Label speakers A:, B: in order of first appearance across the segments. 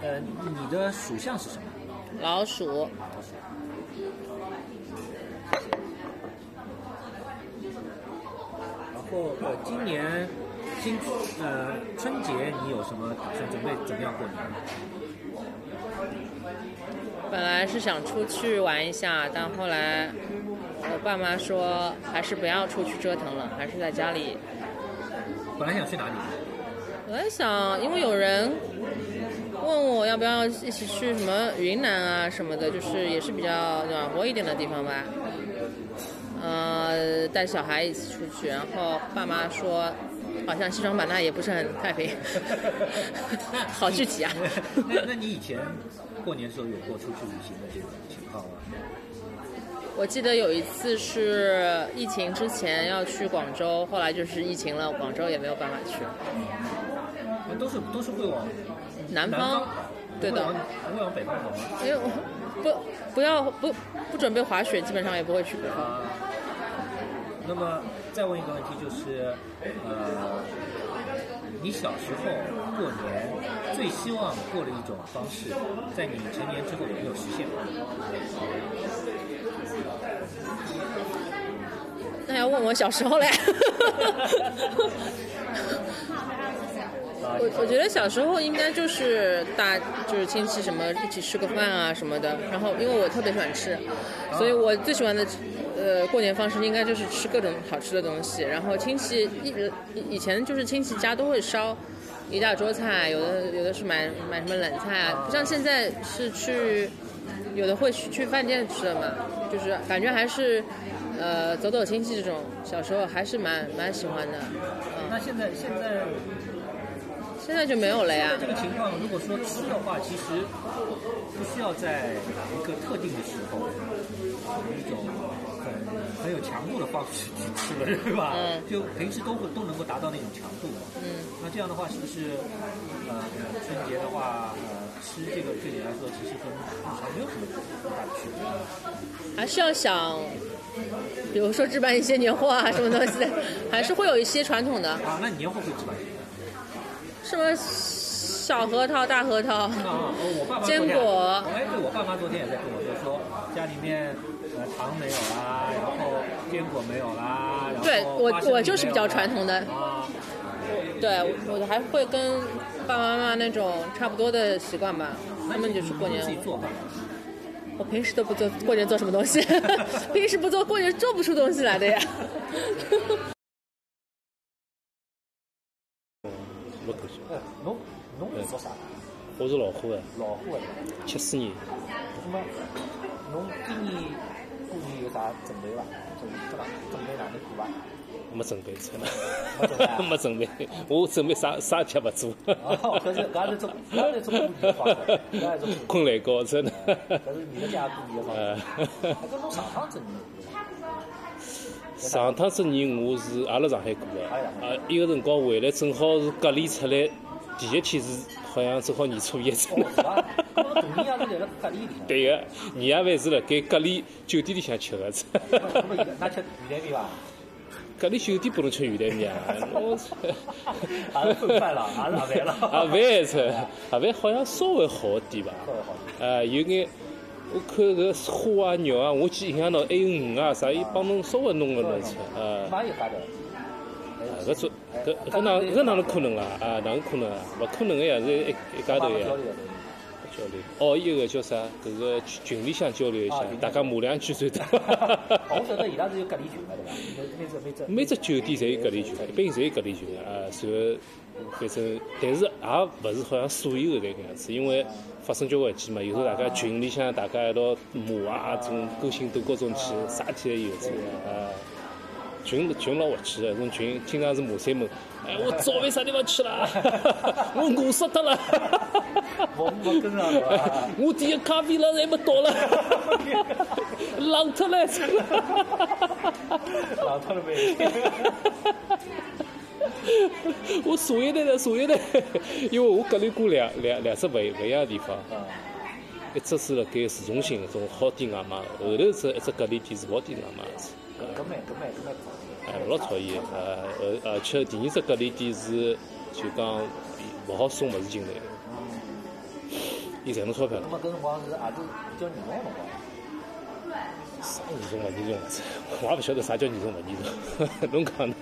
A: 呃，你的属相是什么？
B: 老鼠，
A: 然后呃，今年新呃春节你有什么打算？准备怎么样过年吗？
B: 本来是想出去玩一下，但后来我爸妈说还是不要出去折腾了，还是在家里。
A: 本来想去哪里？
B: 我在想，因为有人问我要不要一起去什么云南啊什么的，就是也是比较暖和一点的地方吧。呃，带小孩一起出去，然后爸妈说，好像西双版纳也不是很太平， 好具体啊。
A: 那那你以前过年的时候有过出去旅行的这种情况吗？
B: 我记得有一次是疫情之前要去广州，后来就是疫情了，广州也没有办法去。
A: 那都是都是会往
B: 南
A: 南
B: 方
A: 跑，
B: 对的
A: 不会往不会往北方跑吗？
B: 因为我不不要不不准备滑雪，基本上也不会去北方。
A: 啊，呃那么再问一个问题，就是呃，你小时候过年最希望过的一种方式，在你成年之后有没有实现？
B: 那要问我小时候嘞。
A: 啊
B: 我我觉得小时候应该就是大就是亲戚什么一起吃个饭啊什么的，然后因为我特别喜欢吃，所以我最喜欢的呃过年方式应该就是吃各种好吃的东西，然后亲戚一直以以前就是亲戚家都会烧一大桌菜，有的有的是买买什么冷菜啊，不像现在是去有的会去去饭店吃的嘛，就是感觉还是呃走走亲戚这种，小时候还是蛮蛮喜欢的，嗯，
A: 那现在现在
B: 现在就没有了呀。
A: 这个情况，如果说吃的话，其实不需要在一个特定的时候，有一种很很有强度的方式去吃了， 对吧？
B: 嗯
A: 就平时都会都能够达到那种强度嘛。
B: 嗯。
A: 那这样的话，是不是呃春节的话，呃吃这个对你来说其实跟日常没有什么很大的区别？
B: 还是要想，比如说置办一些年货啊，什么东西的，还是会有一些传统的，
A: 啊，那年后会吃吧？
B: 什么小核桃、大核桃，
A: 啊，我爸妈
B: 坚
A: 昨天
B: 果
A: 哎，对我爸妈昨天也在跟我说，说家里面呃糖没有啦，然后坚果没有啦，然后
B: 对我
A: 花生米
B: 我就是比较
A: 没有啦
B: 传统的
A: 啊，
B: 对我还会跟爸爸妈妈那种差不多的习惯吧。
A: 那
B: 他们就是过年
A: 自，己做饭，
B: 我平时都不做，过年做什么东西？ 平时不做，过年做不出东西来的呀。
C: 没头绪，
A: 哎，侬侬是做啥？
C: 我是老虎的，啊
A: 老虎的，
C: 七四年，
A: 那么侬今年过年有啥准备伐？准备伐？准备哪能过伐？
C: 没准备出
A: 没准备啊
C: 来，没准备，我准备啥啥也不做
A: 哦搿是搿是种搿是种过年的方式搿是种过年的方式
C: 困懒 觉真的，
A: 搿是你们家过年的方
C: 呃
A: 式。，哎，搿侬上趟子年过伐？
C: 上趟子年我是也辣上海过的，
A: 也辣上海
C: 啊，一个辰光回来正好是隔离出来，第一天是好像正好年初一出
A: 哦，是伐？搿么大年夜是辣辣隔离里向，
C: 对个，年夜饭是辣盖隔离酒店里向吃的，
A: 搿么现在㑚吃现在对伐？
C: 隔离酒店不能吃鱼 蛋面啊！我操，
A: 还是分饭了还是阿饭了
C: 阿饭还吃，阿饭啊好像稍微好点吧？
A: 稍微好
C: 啊，有眼，我看搿花啊、肉啊，我记印象到还有鱼啊啥，伊帮侬稍微弄个弄吃啊。
A: 妈有啥的？
C: 啊搿做搿搿哪搿哪能可能啦？啊，哪能可能啊？勿可能个呀，是一一家头
A: 妈妈
C: 呀
A: 教。练
C: 交流。哦，一个叫啥？搿个群群里向交流一下
A: 啊哦群里，向
C: 大家骂两句 最多。
A: 我晓得伊拉是有隔离群的，对伐？每每只每只
C: 每只酒店侪有隔离群，一般侪有隔离群的啊。随后，反正，但是也勿是好像所有的侪搿样子，因为发生交关事体嘛。有时候大家群里向大家一道骂啊，种勾心斗角种去，啥体侪有种啊。群群老滑稽的，种群经常是骂三门，哎，我早饭啥地方去了？我饿死脱了。
A: 我我跟上了啊。
C: 我点个咖啡了，还没到了，冷脱了。
A: 老套了呗。
C: 我茶叶蛋呢，茶叶蛋， 因为我隔离过两两两只勿一勿一样的地方，
A: 啊，
C: 一只是辣盖市中心搿种好点外卖，后头是一只隔离店是勿好点外卖的，
A: 搿蛮搿蛮搿蛮好。
C: 哎，老讨厌的，呃，而而且第二只隔离店是就讲勿好送物事进来，伊赚到钞票了
A: 那。么搿辰光是阿子比较热闹的辰光。
C: 啥严重勿严重？我也勿晓得啥叫严重勿严重。 侬讲呢？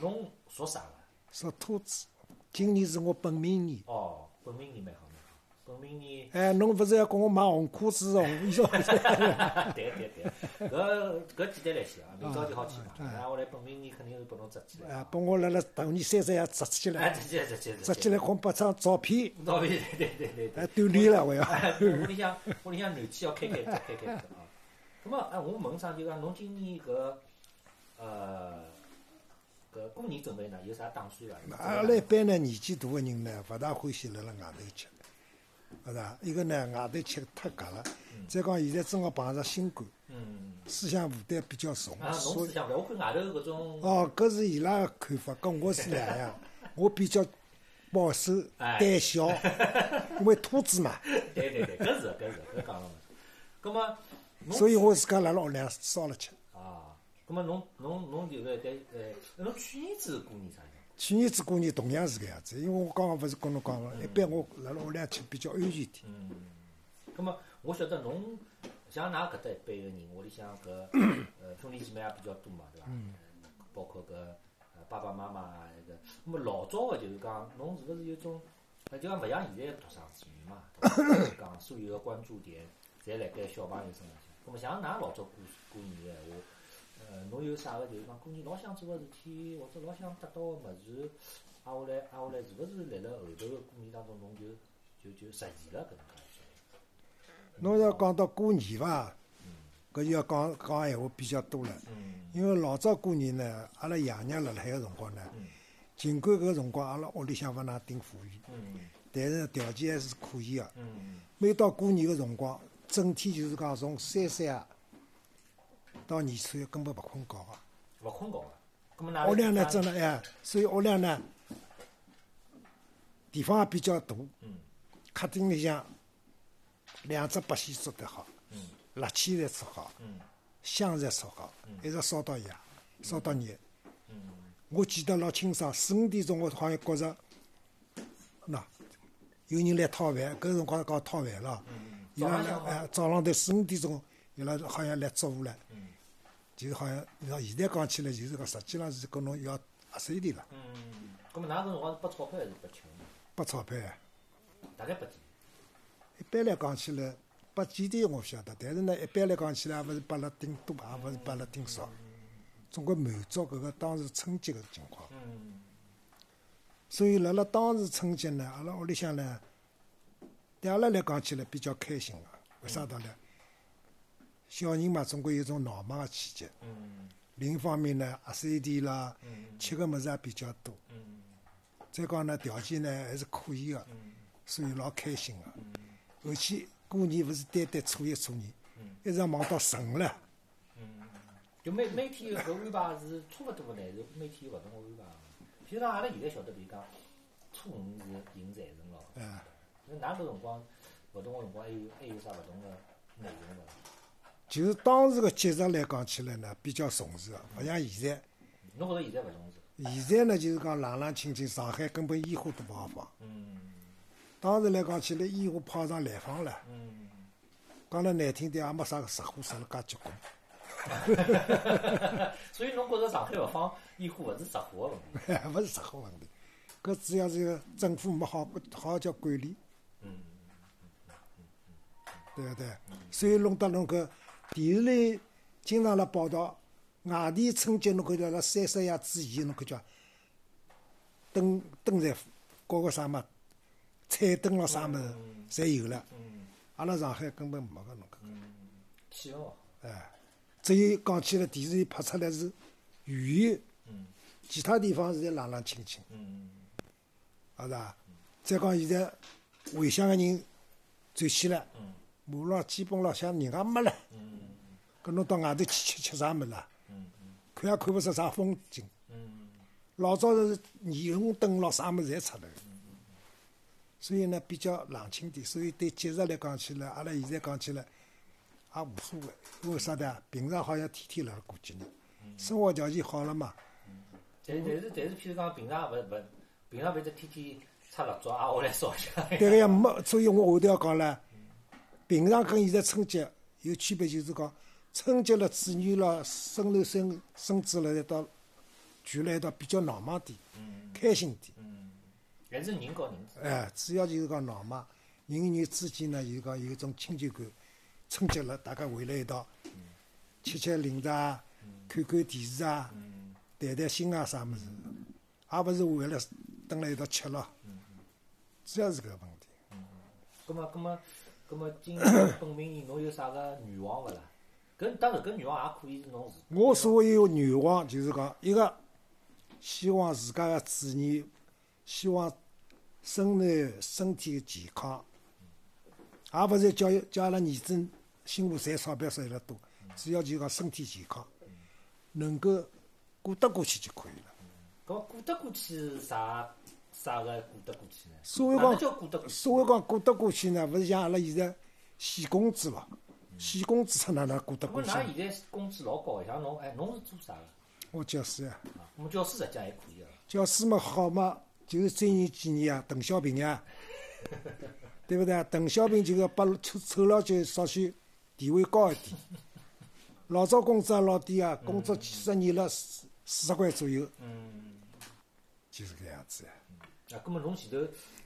A: 侬属啥个？
D: 属兔子，今年是我本命年。
A: 哦，本命年蛮好蛮好。本命年，
D: 哎，侬勿是要跟我买红裤子、哦红衣 裳？
A: 对对对，搿搿简单来些啊，明朝就好去嘛。然后来本命年肯定是拨侬扎起来。
D: 啊，拨我辣辣大年三十也扎起
A: 哎，
D: 来，
A: 扎起来扎起来
D: 扎起来，光拍张照片，
A: 到位，对对对对
D: 哎，。锻炼了我要。
A: 屋里向屋里向暖气要开开开开开啊。咁么，哎，我问啥就讲，侬今年搿呃搿过年准备呢，有啥啊打算伐？
D: 阿拉一般呢，年纪大个人呢，勿大欢喜辣辣外头吃，是伐？一个呢，外头吃太夹了，再讲现在正好碰上新冠，
A: 嗯，
D: 思想负担比较重
A: 啊，，侬
D: 所
A: 思
D: 以
A: 想勿？我看外头搿种，
D: 哦，搿是伊拉个看法，跟我是 两样。我比较保守、
A: 哎
D: 胆小，因为兔子嘛，
A: 对对对，搿是搿是搿讲了嘛。咁么，侬
D: 所以我自家辣辣屋里向烧了吃。
A: 啊，咁么侬侬侬就是对呃，侬去年子过年啥样？
D: 去年子过年同样是搿样子，因为我刚刚勿是跟侬讲了，一般我辣辣屋里向吃比较安全点。
A: 咁嗯么，我晓得侬像㑚搿搭一辈个人，屋里向搿呃兄弟姐妹也比较多嘛，对伐？包括搿呃爸爸妈妈啊那个，那么老早个就是讲，侬是勿是有种，呃就讲勿像现在独生子女嘛，对伐就是讲所有个关注点侪辣盖小朋友身浪向。咁么像㑚老早过过年个闲话，呃，侬有啥个就是讲过年老想做个事体，或者老想得到个物事，挨下来挨下来，是勿是辣辣后头个过年当中，侬就就就实现了搿能介一种？
D: 侬要讲到过年伐，搿就要讲讲闲话比较多了。
A: 嗯
D: 因为老早过年呢，阿拉爷娘辣辣海个辰光呢，尽管搿个辰光阿拉屋里向勿哪顶富裕，
A: 嗯
D: 但是呢条件还是可以个。每到过年个辰光，整天就是讲从三三啊到年初一根本勿困觉个。
A: 勿困觉个。啊咁么㑚
D: 屋里向呢，
A: 家
D: 真的哎，所以屋里向呢，地方也比较大。客厅里向两只白线做得好，蜡线侪做好，香侪做好，一直烧到夜，烧到热。嗯我记得老清爽，四五点钟我好像觉着，喏，有人来讨饭，搿辰光讲讨饭了，伊拉来哎嗯早浪头四五点钟，伊拉好像来捉我了。就是好像你讲现在讲起来，就是讲实际上是跟侬要合算点了，
A: 嗯，咁么㑚搿辰光是拨钞票还是拨钱？
D: 拨钞票啊。
A: 大概拨几？
D: 一般来讲起来，拨几钿我勿晓得，但是呢，一般来讲起来，也勿是拨了顶多，也勿是拨了顶少，总归满足搿个当时春节个情况。所以辣辣当时春节呢，阿拉屋里向呢，对阿拉来讲起来比较开心个、为啥道理？小人嘛，总归有种闹忙个气节。另一方面呢，压岁钿啦，吃个物事也比较多。再讲呢，条件呢还是可以个、所以老开心啊个、后期过年勿是单单初一初二，一直忙到十五了。
A: 就每每天搿安排是差勿多个呢，是每天有勿同个安排吗。譬如讲，阿拉现在晓得，比如讲初五是迎财神咯。
D: 哎，
A: 那㑚搿辰光勿同个辰光，还有还有啥勿同个内容伐？
D: 就是当时个节日来讲起来呢，比较重视个，勿像现在。
A: 侬觉着现在勿重视？
D: 现在呢，就是讲冷冷清清，上海根本烟花都不好放。当时来讲起来，烟花炮仗来放了。讲了难听点，也没啥个实货实了介结棍。
A: 所以侬觉着上海勿放烟花勿是实话个问题？
D: 勿是实好问题，搿主要是政府没好好好叫管理，对勿对？所以弄得侬搿电视里经常辣报道，外地春节侬看叫辣三十夜之前，侬看叫灯灯在搞个啥么，彩灯咯啥物事侪有了，阿拉上海根本没搿侬搿
A: 气啊氛勿好。
D: 个，哎，只有讲起来电视里拍出来是寓意，其他地方是在冷冷清清。
A: 嗯
D: 啊是吧？再讲现在回乡个人转去了，马路基本浪向人也没了，搿侬到外头去吃吃啥物事啦？看也看勿出啥风景。老早是霓虹灯咯，啥物事侪出来，所以呢比较冷清点。所以对节日来讲起来，阿拉现在讲起来也无所谓，因为啥的啊？平常好像天天辣辣过节呢，生活条件好了嘛，
A: 但但是但是，譬如讲平常勿勿，平常勿是天天擦蜡烛啊，我来烧香。
D: 对个呀，没，所以我下头要讲了，平常跟现在春节有区别，就是讲春节了、子女了、孙头孙孙子了，一道聚了一道比较闹忙点，开心点。
A: 还是人和人之
D: 哎，主要就是讲闹嘛，人与人之间呢，就是讲有一种亲切感。春节了，大家围了一道，吃吃零食啊，看看电视啊，谈谈心啊啥物事，也勿是为了蹲辣一道吃咯。主要是搿个问题。
A: 咁么，咁么，咁么，今本命年侬有啥个愿望勿啦？搿当然，搿愿望也可以是侬自
D: 我所谓有愿望，就是讲一个希望自家个子女，希望孙男身体健康，也勿是叫叫阿拉儿子辛苦赚钞票赚了多，主要就是讲身体健康，能够过得过去就可以了。
A: 搿么过得过去是啥啥个过得过去呢？
D: 所谓
A: 哪能叫
D: 讲
A: 过得过，去？
D: 所谓讲过得过去呢，勿是像阿拉现在死工资咯，死工资哪能过得
A: 搿么
D: 过去？
A: 㑚现在工资老高，像侬哎，侬是做啥个？
D: 我教师啊。
A: 啊我们教师实际上还可以个。
D: 教师嘛好嘛，就是追念纪念啊，邓小平啊，对不对啊？邓小平就是把丑丑老就稍许地位高一点。老早工资也老低啊，工作几十年了，四四十块左右。嗯，就是搿样子呀、
A: 啊，葛末侬前头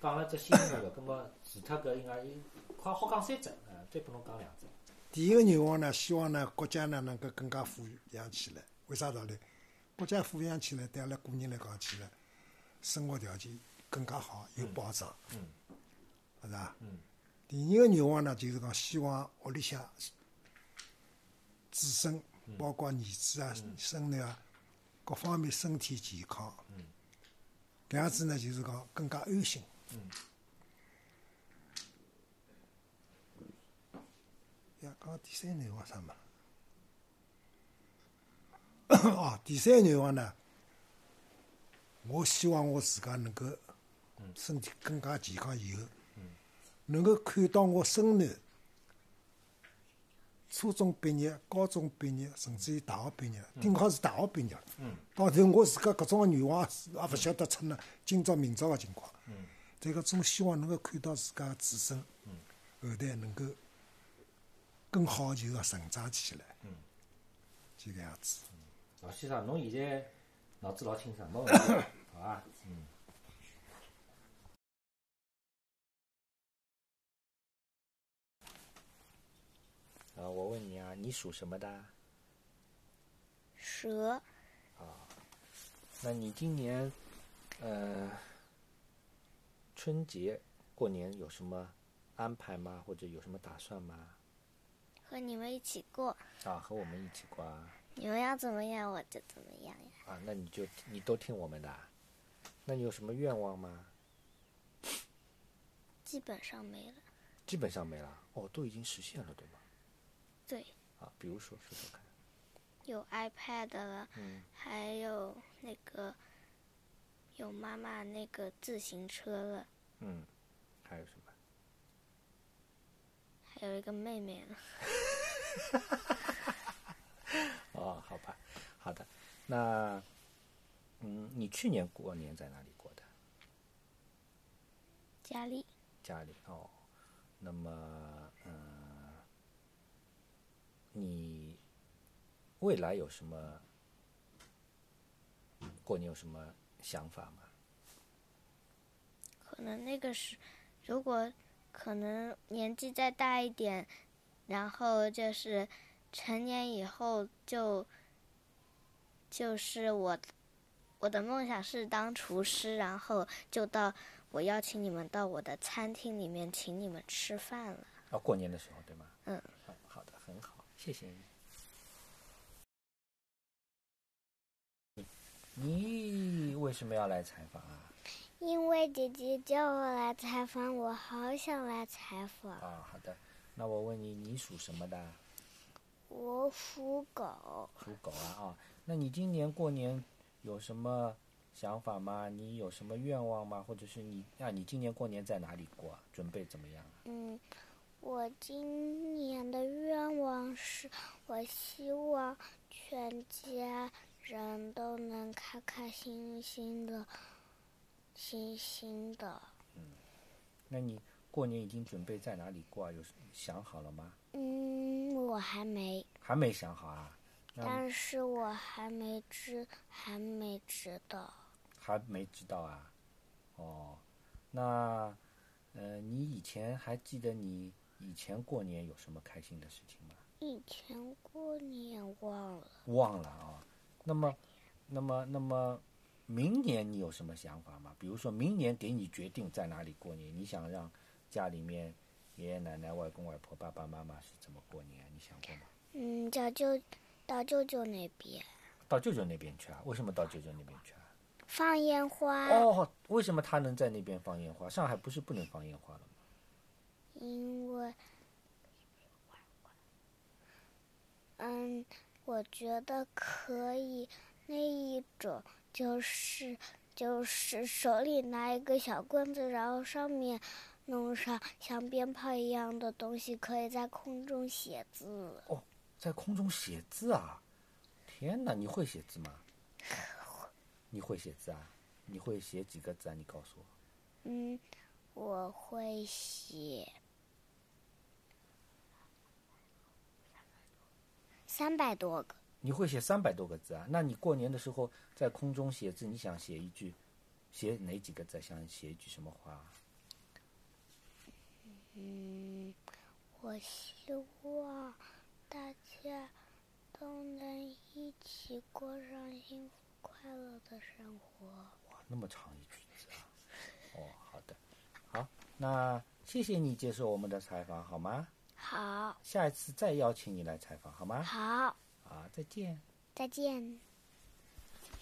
A: 讲了只新个个，葛末除脱搿应该有快好讲三只，啊，再拨侬讲两只。
D: 第一个愿望呢，希望呢国家呢能够更加富养起来。为啥道理？国家富养起来，对阿拉个人来讲起来，生活条件更加好，有保障，是吧？第二个愿望呢，就是讲希望屋里向自身，包括儿子啊、孙女啊，各方面身体健康。搿样子呢，就是讲更加安心。呀，讲到第三个愿望啥 嘛？哦，第三个愿望呢，我希望我自家能够身体更加健康以后，能够看到我孙囡初中毕业、高中毕业，甚至于大学毕业，顶好是大学毕业了。到头我自家搿种个愿望也是也勿晓得出呢，今朝明朝个情况。再个总希望能够看到自家个子孙后代能够更好，就要成长起来。就搿样子。
A: 老先生，侬现在脑子老清爽， 没问题，好伐？嗯。呃，我问你啊，你属什么的啊？
E: 蛇，
A: 那你今年，呃，春节过年有什么安排吗？或者有什么打算吗？
E: 和你们一起过，
A: 啊，和我们一起过啊。
E: 你们要怎么样我就怎么样呀。
A: 啊，那你就你都听我们的啊，那你有什么愿望吗？
E: 基本上没了。
A: 基本上没了，哦，都已经实现了，对吗？
E: 对，
A: 啊，比如说说说看，
E: 有 iPad 了，还有那个有妈妈那个自行车了，
A: 嗯，还有什么？
E: 还有一个妹妹了。
A: 哦，好吧，好的，那，嗯，你去年过年在哪里过的？
E: 家里
A: 家里哦，那么，嗯，你未来有什么过年有什么想法吗？
E: 可能那个是，如果可能年纪再大一点，然后就是成年以后就就是我我的梦想是当厨师，然后就到我邀请你们到我的餐厅里面请你们吃饭了。
A: 哦，过年的时候对吗？
E: 嗯
A: 好，好的，很好，谢谢你。你为什么要来采访啊？
E: 因为姐姐叫我来采访，我好想来采访。
A: 啊，好的，那我问你，你属什么的啊？
E: 我属狗，
A: 属狗啊啊。那你今年过年有什么想法吗？你有什么愿望吗？或者是你啊，你今年过年在哪里过啊？准备怎么样啊？
E: 嗯，我今年的愿望是，我希望全家人都能开开心心的，心心的。
A: 那你过年已经准备在哪里过啊？有想好了吗？
E: 嗯，我还没，
A: 还没想好啊？那
E: 但是我还没知，还没知道。
A: 还没知道啊？哦，那呃，你以前还记得你以前过年有什么开心的事情吗？
E: 以前过年忘了，
A: 忘了啊、那么，那么，那么，明年你有什么想法吗？比如说明年给你决定在哪里过年，你想让家里面爷爷奶奶、外公外婆、爸爸妈妈是怎么过年？你想过吗？
E: 嗯，叫舅到舅舅那边
A: 到舅舅那边去啊？为什么到舅舅那边去啊？
E: 放烟花，
A: 哦，为什么他能在那边放烟花？上海不是不能放烟花了吗？
E: 因为，嗯，我觉得可以那一种就是就是手里拿一个小棍子，然后上面弄上像鞭炮一样的东西，可以在空中写字。
A: 在空中写字啊！天哪，你会写字吗？ 你会写字啊？你会写几个字啊？你告诉我。
E: 嗯，我会写三百多个。
A: 你会写三百多个字啊？那你过年的时候在空中写字，你想写一句，写哪几个字啊？想写一句什么话啊？
E: 嗯，我希望大家都能一起过上幸福快乐的生活。
A: 那么长一句子啊？哦，好的，好，那谢谢你接受我们的采访，好吗？
E: 好，
A: 下一次再邀请你来采访，好吗？
E: 好，
A: 啊，再见。
E: 再见。